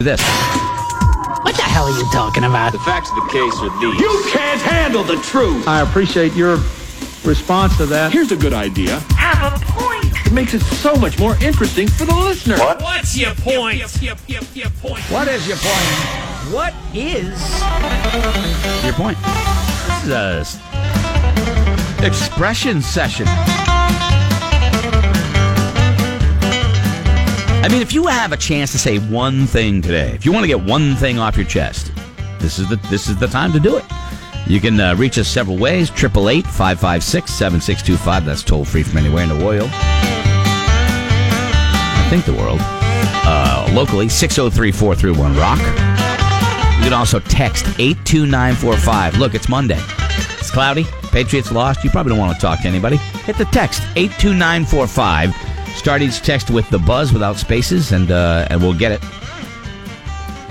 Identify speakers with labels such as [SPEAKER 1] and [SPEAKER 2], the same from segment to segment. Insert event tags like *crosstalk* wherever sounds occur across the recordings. [SPEAKER 1] this.
[SPEAKER 2] What the hell are you talking about?
[SPEAKER 3] The facts of the case are these.
[SPEAKER 4] You can't handle the truth.
[SPEAKER 5] I appreciate your response to that.
[SPEAKER 4] Here's a good idea.
[SPEAKER 6] Have a point.
[SPEAKER 4] It makes it so much more interesting for the listener.
[SPEAKER 7] What? What's your point? Your,
[SPEAKER 1] your, your, point? What is your point? What is your point? This is a expression session. I mean, if you have a chance to say one thing today, if you want to get one thing off your chest, this is the this is the time to do it. You can uh, reach us several ways: triple eight five five six seven six two five. That's toll free from anywhere in the world. I think the world. Uh, locally, 603-431 rock. You can also text eight two nine four five. Look, it's Monday. It's cloudy. Patriots lost. You probably don't want to talk to anybody. Hit the text eight two nine four five. Start each text with the buzz without spaces, and uh, and we'll get it.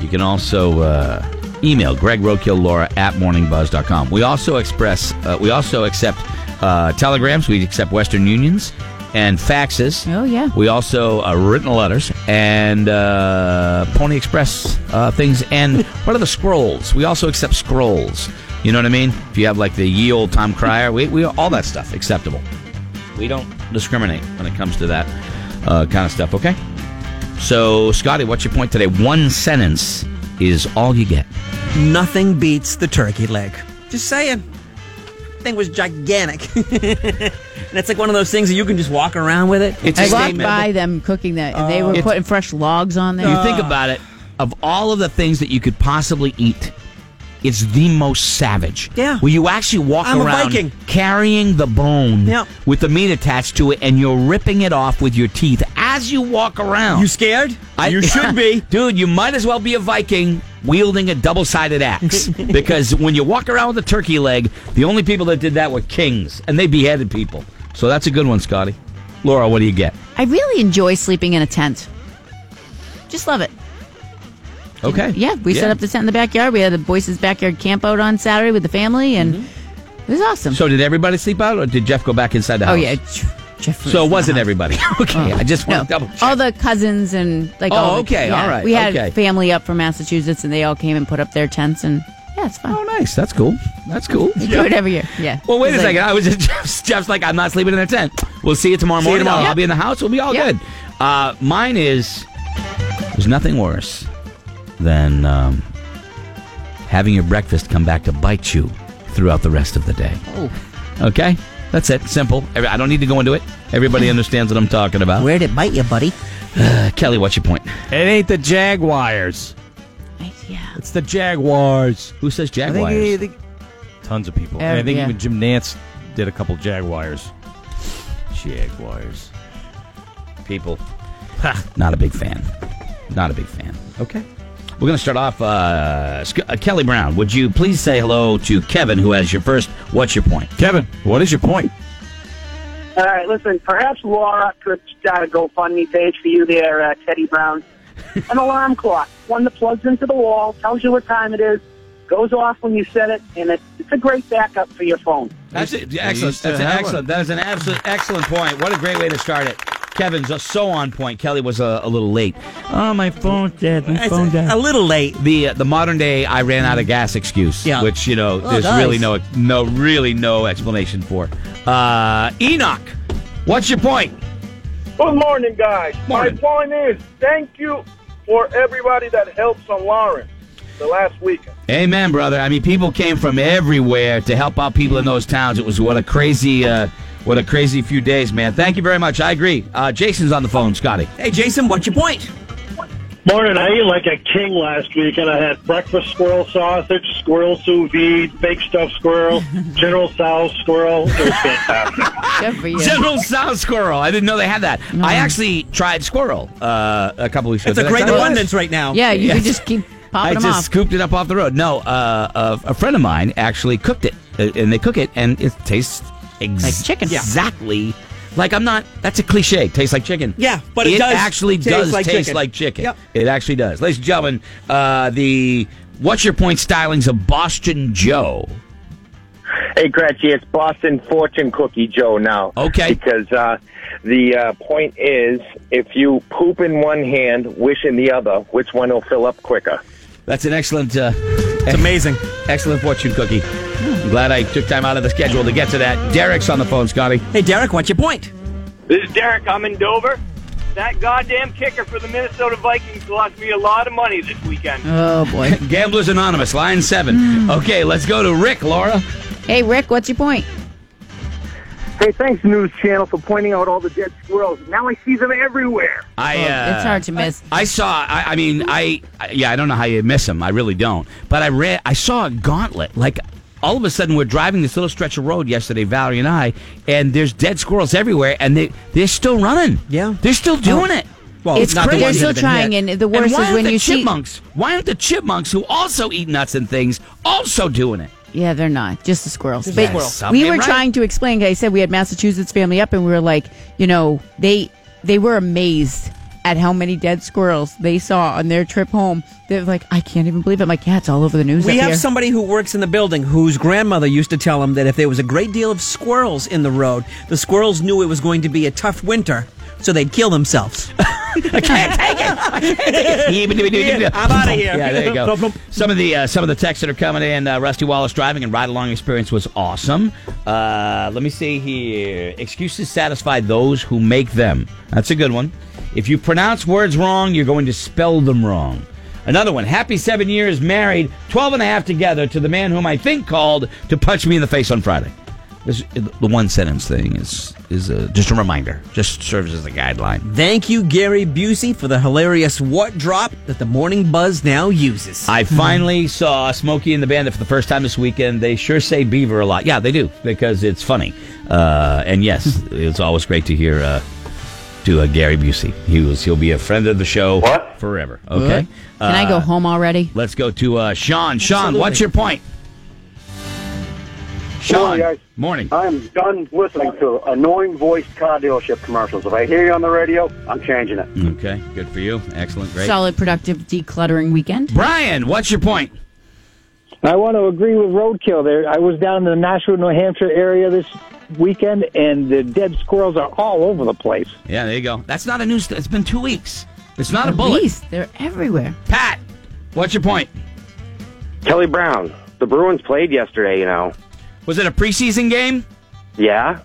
[SPEAKER 1] You can also uh, email Greg Rokill Laura at morningbuzz.com. We also express uh, we also accept uh, telegrams. We accept Western Unions and faxes.
[SPEAKER 8] Oh, yeah.
[SPEAKER 1] We also uh, written letters and uh, Pony Express uh, things.
[SPEAKER 8] *laughs*
[SPEAKER 1] And what are the scrolls? We also accept scrolls. You know what I mean? If you have like the ye old Tom Cryer, we, we all that stuff acceptable. We don't discriminate when it comes to that uh, kind of stuff. Okay. So, Scotty, what's your point today? One sentence is all you get.
[SPEAKER 9] Nothing beats the turkey leg. Just saying. Thing was gigantic. *laughs* and it's like one of those things that you can just walk around with it.
[SPEAKER 1] It's
[SPEAKER 8] I
[SPEAKER 1] a
[SPEAKER 8] walked
[SPEAKER 1] statement.
[SPEAKER 8] by them cooking that, and they were
[SPEAKER 1] It's-
[SPEAKER 8] putting fresh logs on there.
[SPEAKER 1] Oh.
[SPEAKER 9] Uh.
[SPEAKER 1] You think about it, of all of the things that you could possibly eat, it's the most savage.
[SPEAKER 9] Yeah.
[SPEAKER 1] Where you actually walk
[SPEAKER 9] I'm a
[SPEAKER 1] around
[SPEAKER 9] Viking.
[SPEAKER 1] carrying the bone
[SPEAKER 9] Yep.
[SPEAKER 1] with the meat attached to it, and you're ripping it off with your teeth as you walk around.
[SPEAKER 9] You scared?
[SPEAKER 1] I-
[SPEAKER 9] you should be.
[SPEAKER 1] *laughs* Dude, you might as well be a Viking wielding a double sided
[SPEAKER 9] *laughs*
[SPEAKER 1] axe. because when you walk around with a turkey leg, the only people that did that were kings, and they beheaded people. So that's a good one, Scotty. Laura, what do you get?
[SPEAKER 8] I really enjoy sleeping in a tent. Just love it.
[SPEAKER 1] Okay.
[SPEAKER 8] Yeah, we set up the tent in the backyard. We had the Boyce's backyard camp out on Saturday with the family, and it was awesome.
[SPEAKER 1] Mm-hmm. So did everybody sleep out, or did Jeff go back inside the
[SPEAKER 8] oh
[SPEAKER 1] house?
[SPEAKER 8] yeah, Jeff
[SPEAKER 1] So it wasn't everybody. *laughs* okay, I just want
[SPEAKER 8] No,
[SPEAKER 1] to double check.
[SPEAKER 8] all the cousins and like.
[SPEAKER 1] Oh,
[SPEAKER 8] all the-
[SPEAKER 1] okay,
[SPEAKER 8] yeah.
[SPEAKER 1] all right,
[SPEAKER 8] We had
[SPEAKER 1] okay.
[SPEAKER 8] family up from Massachusetts, and they all came and put up their tents, and yeah, it's fun.
[SPEAKER 1] oh, nice. That's cool. That's cool.
[SPEAKER 8] We do it every year. Yeah.
[SPEAKER 1] Well, wait a
[SPEAKER 8] It's like-
[SPEAKER 1] second. I was just *laughs* Jeff's, Jeff's like, I'm not sleeping in a tent. We'll see you tomorrow
[SPEAKER 9] See you
[SPEAKER 1] morning.
[SPEAKER 9] tomorrow.
[SPEAKER 1] I'll
[SPEAKER 9] Yep.
[SPEAKER 1] be in the house. We'll be all
[SPEAKER 8] Yep.
[SPEAKER 1] good. Uh, mine is there's nothing worse than um, having your breakfast come back to bite you throughout the rest of the day. Okay, that's it. Simple. Every- I don't need to go into it. Everybody understands what I'm talking about.
[SPEAKER 9] *laughs* Where'd it bite you, buddy?
[SPEAKER 1] Uh, Kelly, what's your point?
[SPEAKER 10] It ain't the Jaguars.
[SPEAKER 8] Yeah.
[SPEAKER 10] It's the Jaguars.
[SPEAKER 1] Who says
[SPEAKER 10] I think,
[SPEAKER 1] Jaguars?
[SPEAKER 10] I think tons of people. And I
[SPEAKER 8] Every-
[SPEAKER 10] think
[SPEAKER 8] yeah.
[SPEAKER 10] even Jim Nance did a couple Jaguars. Jaguars.
[SPEAKER 1] people. Not a big fan. Not a big fan. Okay. We're going to start off. Uh, Sc- uh, Kelly Brown, would you please say hello to Kevin, who has your first? What's your point?
[SPEAKER 10] Kevin, what is your point?
[SPEAKER 11] All right, listen, perhaps Laura could start a GoFundMe page for you there, uh, Teddy
[SPEAKER 1] *laughs*
[SPEAKER 11] Brown. An alarm clock, one that plugs into the wall, tells you what time it is, goes off when you set it, and it's, it's a great backup for your phone.
[SPEAKER 1] That's it.
[SPEAKER 10] excellent. That's an excellent-
[SPEAKER 1] That is an absolute excellent point. What a great way to start it. Kevin's uh, so on point. Kelly was uh, a little late. Oh, my phone's dead. My
[SPEAKER 9] It's
[SPEAKER 1] phone's dead.
[SPEAKER 9] a, a little late.
[SPEAKER 1] the uh, the modern day I ran out of gas excuse,
[SPEAKER 9] Yeah.
[SPEAKER 1] which you know there's
[SPEAKER 9] nice.
[SPEAKER 1] really no no really no explanation for. Uh, Enoch, what's your point?
[SPEAKER 11] Good morning, guys.
[SPEAKER 1] Morning.
[SPEAKER 11] My point is, thank you for everybody that helps on Lauren the last weekend.
[SPEAKER 1] Amen, brother. I mean, people came from everywhere to help out people in those towns. It was what a crazy, uh, what a crazy few days, man. Thank you very much. I agree. Uh, Jason's on the phone, Scotty.
[SPEAKER 9] Hey, Jason, what's your point?
[SPEAKER 11] Morning, I ate like a king last weekend. I had breakfast squirrel sausage, squirrel sous vide, baked stuffed
[SPEAKER 6] *laughs*
[SPEAKER 11] squirrel, General Sal's squirrel. It was fantastic.
[SPEAKER 8] Good for you.
[SPEAKER 1] *laughs* General Sound Squirrel. I didn't know they had that. I actually tried squirrel uh, a couple weeks ago.
[SPEAKER 9] Mm-hmm. It's a
[SPEAKER 1] Did I
[SPEAKER 9] great
[SPEAKER 1] tell you that?
[SPEAKER 9] abundance right now.
[SPEAKER 8] Yeah, you
[SPEAKER 1] Yes.
[SPEAKER 8] could
[SPEAKER 1] *laughs*
[SPEAKER 8] just keep
[SPEAKER 1] I
[SPEAKER 8] popping
[SPEAKER 1] just
[SPEAKER 8] them off.
[SPEAKER 1] scooped it up off the road. No, uh, a, a friend of mine actually cooked it, uh, and they cook it, and it tastes ex-
[SPEAKER 8] Like chicken. Yeah.
[SPEAKER 1] Exactly. Like I'm not. That's a cliche. Tastes like chicken.
[SPEAKER 9] Yeah, but it does
[SPEAKER 1] actually
[SPEAKER 9] taste
[SPEAKER 1] does
[SPEAKER 9] like
[SPEAKER 1] taste
[SPEAKER 9] chicken.
[SPEAKER 1] like chicken.
[SPEAKER 9] Yep.
[SPEAKER 1] It actually does. Ladies and gentlemen, uh, the what's your point stylings of Boston Joe?
[SPEAKER 3] Hey, Gretchy, it's Boston Fortune Cookie Joe now.
[SPEAKER 1] Okay.
[SPEAKER 3] Because uh, the uh, point is, if you poop in one hand, wish in the other, which one will fill up quicker?
[SPEAKER 1] That's an excellent. Uh, it's
[SPEAKER 9] amazing.
[SPEAKER 1] *laughs* Excellent fortune cookie. I'm glad I took time out of the schedule to get to that. Derek's on the phone, Scotty.
[SPEAKER 9] Hey, Derek, what's your point?
[SPEAKER 6] This is Derek. I'm in Dover. That goddamn kicker for the Minnesota Vikings lost me a lot of money this weekend.
[SPEAKER 1] Oh, boy. Gamblers Anonymous, line seven.
[SPEAKER 8] Hmm.
[SPEAKER 1] Okay, let's go to Rick, Laura.
[SPEAKER 8] Hey, Rick, what's your point?
[SPEAKER 11] Hey, thanks, News Channel, for pointing out all the dead squirrels. Now I see them everywhere.
[SPEAKER 1] I, uh,
[SPEAKER 8] it's hard to miss.
[SPEAKER 1] I saw. I, I mean, I, I yeah. I don't know how you miss them. I really don't. But I read. I saw a gauntlet. Like all of a sudden, we're driving this little stretch of road yesterday, Valerie and I, and there's dead squirrels everywhere, and they they're still running.
[SPEAKER 9] Yeah,
[SPEAKER 1] they're still doing
[SPEAKER 9] Oh.
[SPEAKER 1] it.
[SPEAKER 9] Well,
[SPEAKER 8] It's
[SPEAKER 9] not the
[SPEAKER 8] crazy.
[SPEAKER 9] ones that have
[SPEAKER 8] They're still
[SPEAKER 9] been hit.
[SPEAKER 8] trying, and the worst
[SPEAKER 1] and why
[SPEAKER 8] is when
[SPEAKER 1] aren't
[SPEAKER 8] you
[SPEAKER 1] the
[SPEAKER 8] see.
[SPEAKER 1] chipmunks? Why aren't the chipmunks who also eat nuts and things also doing it?
[SPEAKER 8] Yeah, they're not. Just the squirrels.
[SPEAKER 1] Just
[SPEAKER 8] But
[SPEAKER 1] the squirrels.
[SPEAKER 8] we
[SPEAKER 1] Something
[SPEAKER 8] were
[SPEAKER 1] right.
[SPEAKER 8] trying to explain. I said we had Massachusetts family up, and we were like, you know, they they were amazed at how many dead squirrels they saw on their trip home. They're like, I can't even believe it. My cat's all over the news.
[SPEAKER 9] We
[SPEAKER 8] up
[SPEAKER 9] have
[SPEAKER 8] here.
[SPEAKER 9] somebody who works in the building whose grandmother used to tell him that if there was a great deal of squirrels in the road, the squirrels knew it was going to be a tough winter, so they'd
[SPEAKER 1] *laughs*
[SPEAKER 9] kill themselves. *laughs*
[SPEAKER 1] Yeah,
[SPEAKER 9] I'm outta here.
[SPEAKER 1] Yeah, there you go. Some of the uh, some of the texts that are coming in. Uh, Rusty Wallace driving and ride along experience was awesome. Uh, let me see here. Excuses satisfy those who make them. That's a good one. If you pronounce words wrong, you're going to spell them wrong. Another one. Happy seven years married, 12 and a half together to the man whom I think called to punch me in the face on Friday. This, the one sentence thing is is a, just a reminder. Just serves as a guideline.
[SPEAKER 9] Thank you, Gary Busey, for the hilarious what drop that the Morning Buzz now uses.
[SPEAKER 1] I
[SPEAKER 8] Hmm.
[SPEAKER 1] finally saw Smokey and the Bandit for the first time this weekend. They sure say beaver a lot. Yeah, they do because it's funny. Uh, and yes,
[SPEAKER 8] Hmm.
[SPEAKER 1] it's always great to hear uh, to uh, Gary Busey. He was he'll be a friend of the show
[SPEAKER 3] What?
[SPEAKER 1] forever. Okay.
[SPEAKER 8] Can I go
[SPEAKER 1] Uh,
[SPEAKER 8] home already?
[SPEAKER 1] Let's go to uh, Sean. Sean,
[SPEAKER 9] Absolutely.
[SPEAKER 1] what's your point? Sean,
[SPEAKER 12] morning, guys. Uh,
[SPEAKER 1] morning.
[SPEAKER 12] I am done listening to annoying voiced car dealership commercials. If I hear you on the radio, I'm changing it.
[SPEAKER 1] Okay, good for you. Excellent, great.
[SPEAKER 8] Solid, productive, decluttering weekend.
[SPEAKER 1] Brian, what's your point?
[SPEAKER 13] I want to agree with Roadkill there. I was down in the Nashua, New Hampshire area this weekend, and the dead squirrels are all over the place.
[SPEAKER 1] Yeah, there you go. That's not a news. It's been two weeks. It's not a
[SPEAKER 8] At
[SPEAKER 1] bullet.
[SPEAKER 8] least they're everywhere.
[SPEAKER 1] Pat, what's your point?
[SPEAKER 3] Kelly Brown, the Bruins played yesterday, you know.
[SPEAKER 1] Was it a preseason game?
[SPEAKER 3] Yeah?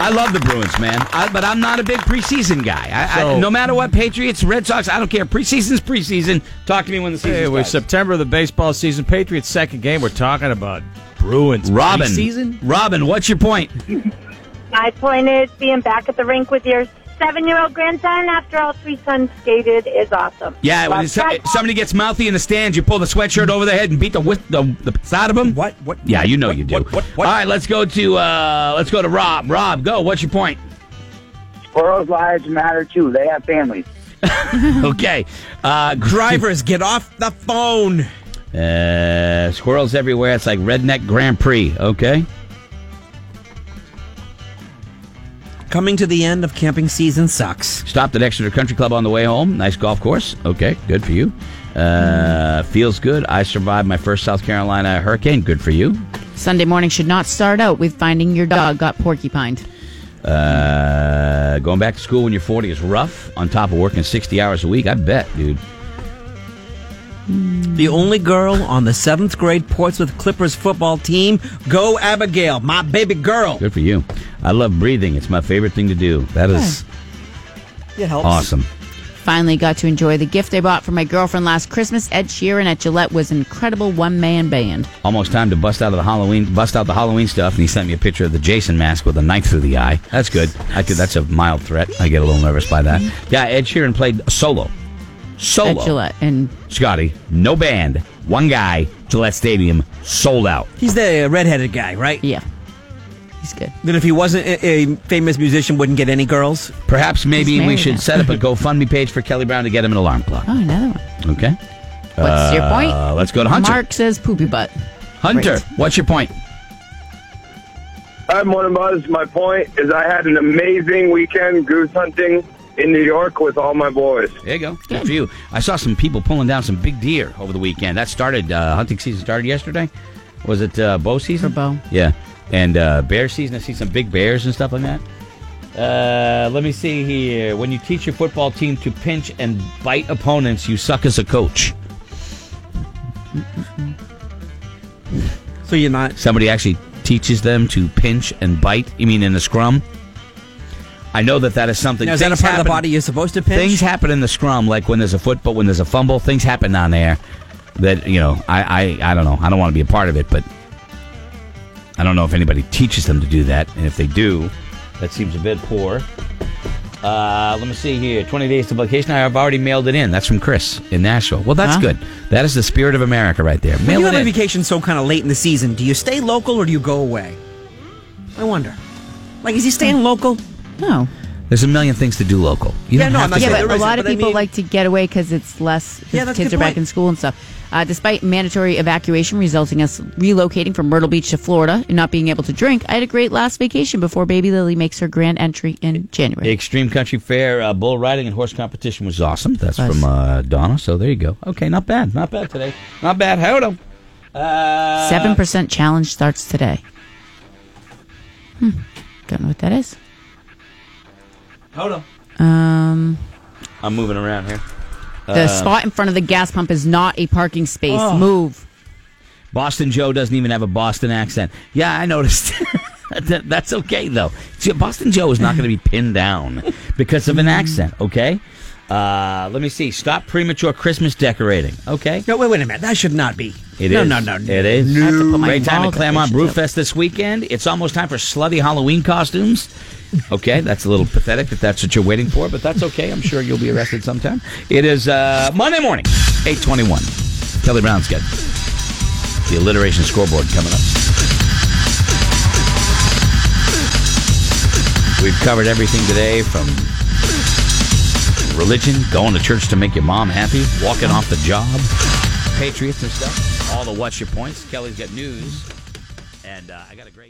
[SPEAKER 1] I love the Bruins, man, I, but I'm not a big preseason guy. I, I,
[SPEAKER 10] So-
[SPEAKER 1] no matter what, Patriots, Red Sox, I don't care. Preseason's preseason. Talk to me when the season
[SPEAKER 10] Hey, we're
[SPEAKER 1] starts.
[SPEAKER 10] September of the baseball season. Patriots second game. We're talking about Bruins
[SPEAKER 1] Robin,
[SPEAKER 10] season.
[SPEAKER 1] Robin, what's your point?
[SPEAKER 14] My point is being back at the rink with your seven-year-old grandson after all three sons skated is awesome.
[SPEAKER 1] Yeah, when
[SPEAKER 14] Love
[SPEAKER 1] it's- somebody gets mouthy in the stands, you pull the sweatshirt over their head and beat the whist- the, the side of them.
[SPEAKER 9] What? What?
[SPEAKER 1] Yeah, you know
[SPEAKER 9] what-
[SPEAKER 1] you do.
[SPEAKER 9] What? What? what?
[SPEAKER 1] All right, let's go to uh, let's go to Rob. Rob, go. What's your
[SPEAKER 9] *laughs*
[SPEAKER 1] point?
[SPEAKER 12] Squirrels' lives matter too. They have families.
[SPEAKER 1] Okay, uh,
[SPEAKER 9] Drivers, get off the phone.
[SPEAKER 1] Uh, squirrels everywhere. It's like redneck Grand Prix. Okay.
[SPEAKER 9] Coming to the end of camping season sucks.
[SPEAKER 1] Stopped at Exeter Country Club on the way home. Nice golf course. Okay, good for you. Uh, feels good. I survived my first South Carolina hurricane. Good for you.
[SPEAKER 8] Sunday morning should not start out with finding your dog got porcupined.
[SPEAKER 1] Uh, going back to school when you're 40 is rough. On top of working 60 hours a week, I bet, dude.
[SPEAKER 9] The only girl on the seventh grade Portsmouth Clippers football team. Go, Abigail, my baby girl.
[SPEAKER 1] Good for you. I love breathing. It's my favorite thing to do. That is
[SPEAKER 9] It helps.
[SPEAKER 1] awesome.
[SPEAKER 8] Finally got to enjoy the gift I bought for my girlfriend last Christmas. Ed Sheeran at Gillette was an incredible one man band.
[SPEAKER 1] Almost time to bust out of the Halloween, bust out the Halloween stuff, and he sent me a picture of the Jason mask with a knife through the eye. That's good. I could, that's a mild threat. I get a little nervous by that. Yeah, Ed Sheeran played solo. Solo.
[SPEAKER 8] At Gillette. And
[SPEAKER 1] Scotty, no band, one guy, Gillette Stadium, sold out.
[SPEAKER 9] He's the redheaded guy, right?
[SPEAKER 8] yeah, he's good.
[SPEAKER 9] That if he wasn't a, a famous musician, wouldn't get any girls.
[SPEAKER 1] Perhaps maybe
[SPEAKER 8] He's
[SPEAKER 1] we
[SPEAKER 8] married
[SPEAKER 1] should
[SPEAKER 8] now.
[SPEAKER 1] set up a GoFundMe page for Kelly Brown to get him an alarm clock.
[SPEAKER 8] Oh, another one.
[SPEAKER 1] Okay.
[SPEAKER 8] What's your point?
[SPEAKER 1] Uh, let's go to Hunter.
[SPEAKER 8] Mark says poopy butt.
[SPEAKER 1] Hunter,
[SPEAKER 8] Great.
[SPEAKER 1] what's your point?
[SPEAKER 12] Hi, morning, Buzz. My point is I had an amazing weekend goose hunting in New York with all my boys.
[SPEAKER 1] There you go. Good for you. I saw some people pulling down some big deer over the weekend. That started uh, hunting season started yesterday. Was it uh, bow season? For
[SPEAKER 8] bow.
[SPEAKER 1] Yeah. And uh, bear season. I see some big bears and stuff like that. Uh, let me see here. When you teach your football team to pinch and bite opponents, you suck as a coach.
[SPEAKER 9] So you're not.
[SPEAKER 1] Somebody actually teaches them to pinch and bite. You mean in the scrum? I know that that is something.
[SPEAKER 9] Now, is that
[SPEAKER 1] things
[SPEAKER 9] a part of the
[SPEAKER 1] happen-
[SPEAKER 9] body you're supposed to pinch?
[SPEAKER 1] Things happen in the scrum, like when there's a foot, but when there's a fumble, things happen down there that you know. I I, I don't know. I don't want to be a part of it, but I don't know if anybody teaches them to do that, and if they do, that seems a bit poor. Uh, let me see here. 20 days to vacation. I've already mailed it in. That's from Chris in Nashville. Well, that's
[SPEAKER 9] Huh?
[SPEAKER 1] good. That is the spirit of America right there.
[SPEAKER 9] When
[SPEAKER 1] Mail
[SPEAKER 9] you
[SPEAKER 1] it in.
[SPEAKER 9] have a vacation so kind of late in the season, do you stay local or do you go away? I wonder. Like, is he staying local?
[SPEAKER 8] No.
[SPEAKER 1] There's a million things to do local. You
[SPEAKER 9] Yeah,
[SPEAKER 1] don't
[SPEAKER 9] no,
[SPEAKER 1] have
[SPEAKER 9] I'm
[SPEAKER 1] to
[SPEAKER 9] not
[SPEAKER 1] go
[SPEAKER 9] saying
[SPEAKER 8] But a lot of
[SPEAKER 9] but I
[SPEAKER 8] people
[SPEAKER 9] mean-
[SPEAKER 8] like to get away because it's less.
[SPEAKER 9] Yeah,
[SPEAKER 8] the
[SPEAKER 9] that's a
[SPEAKER 8] kids
[SPEAKER 9] good
[SPEAKER 8] are back
[SPEAKER 9] point.
[SPEAKER 8] in school and stuff. Uh, despite mandatory evacuation resulting us relocating from Myrtle Beach to Florida and not being able to drink, I had a great last vacation before Baby Lily makes her grand entry in January.
[SPEAKER 1] The Extreme Country Fair uh, bull riding and horse competition was awesome. That's from uh, Donna. So there you go. Okay, not bad. Not bad today. Not bad. Hold 'em. Uh,
[SPEAKER 8] Seven percent challenge starts today. Hmm. Don't know what that is.
[SPEAKER 1] Hold 'em.
[SPEAKER 8] Um,
[SPEAKER 1] I'm moving around here.
[SPEAKER 8] the
[SPEAKER 1] Uh,
[SPEAKER 8] spot in front of the gas pump is not a parking space.
[SPEAKER 1] Oh.
[SPEAKER 8] Move.
[SPEAKER 1] Boston Joe doesn't even have a Boston accent. Yeah, I noticed. *laughs* That- That's okay though. See, Boston Joe is not going to be pinned down because of an accent. Okay. Uh, let me see. Stop premature Christmas decorating. Okay.
[SPEAKER 9] No, wait, wait a minute. That should not be.
[SPEAKER 1] It
[SPEAKER 9] no,
[SPEAKER 1] is.
[SPEAKER 9] No, no, no.
[SPEAKER 1] It is.
[SPEAKER 9] I have to put my
[SPEAKER 1] Great time
[SPEAKER 9] ball
[SPEAKER 1] at Claremont Brewfest this weekend. It's almost time for slutty Halloween costumes. Okay, that's a little pathetic if that's what you're waiting for, but that's okay. I'm sure you'll be arrested sometime. It is uh, Monday morning, 821. Kelly Brown's got the alliteration scoreboard coming up. We've covered everything today from religion, going to church to make your mom happy, walking off the job, Patriots and stuff. All the what's your points. Kelly's got news, and uh, I got a great.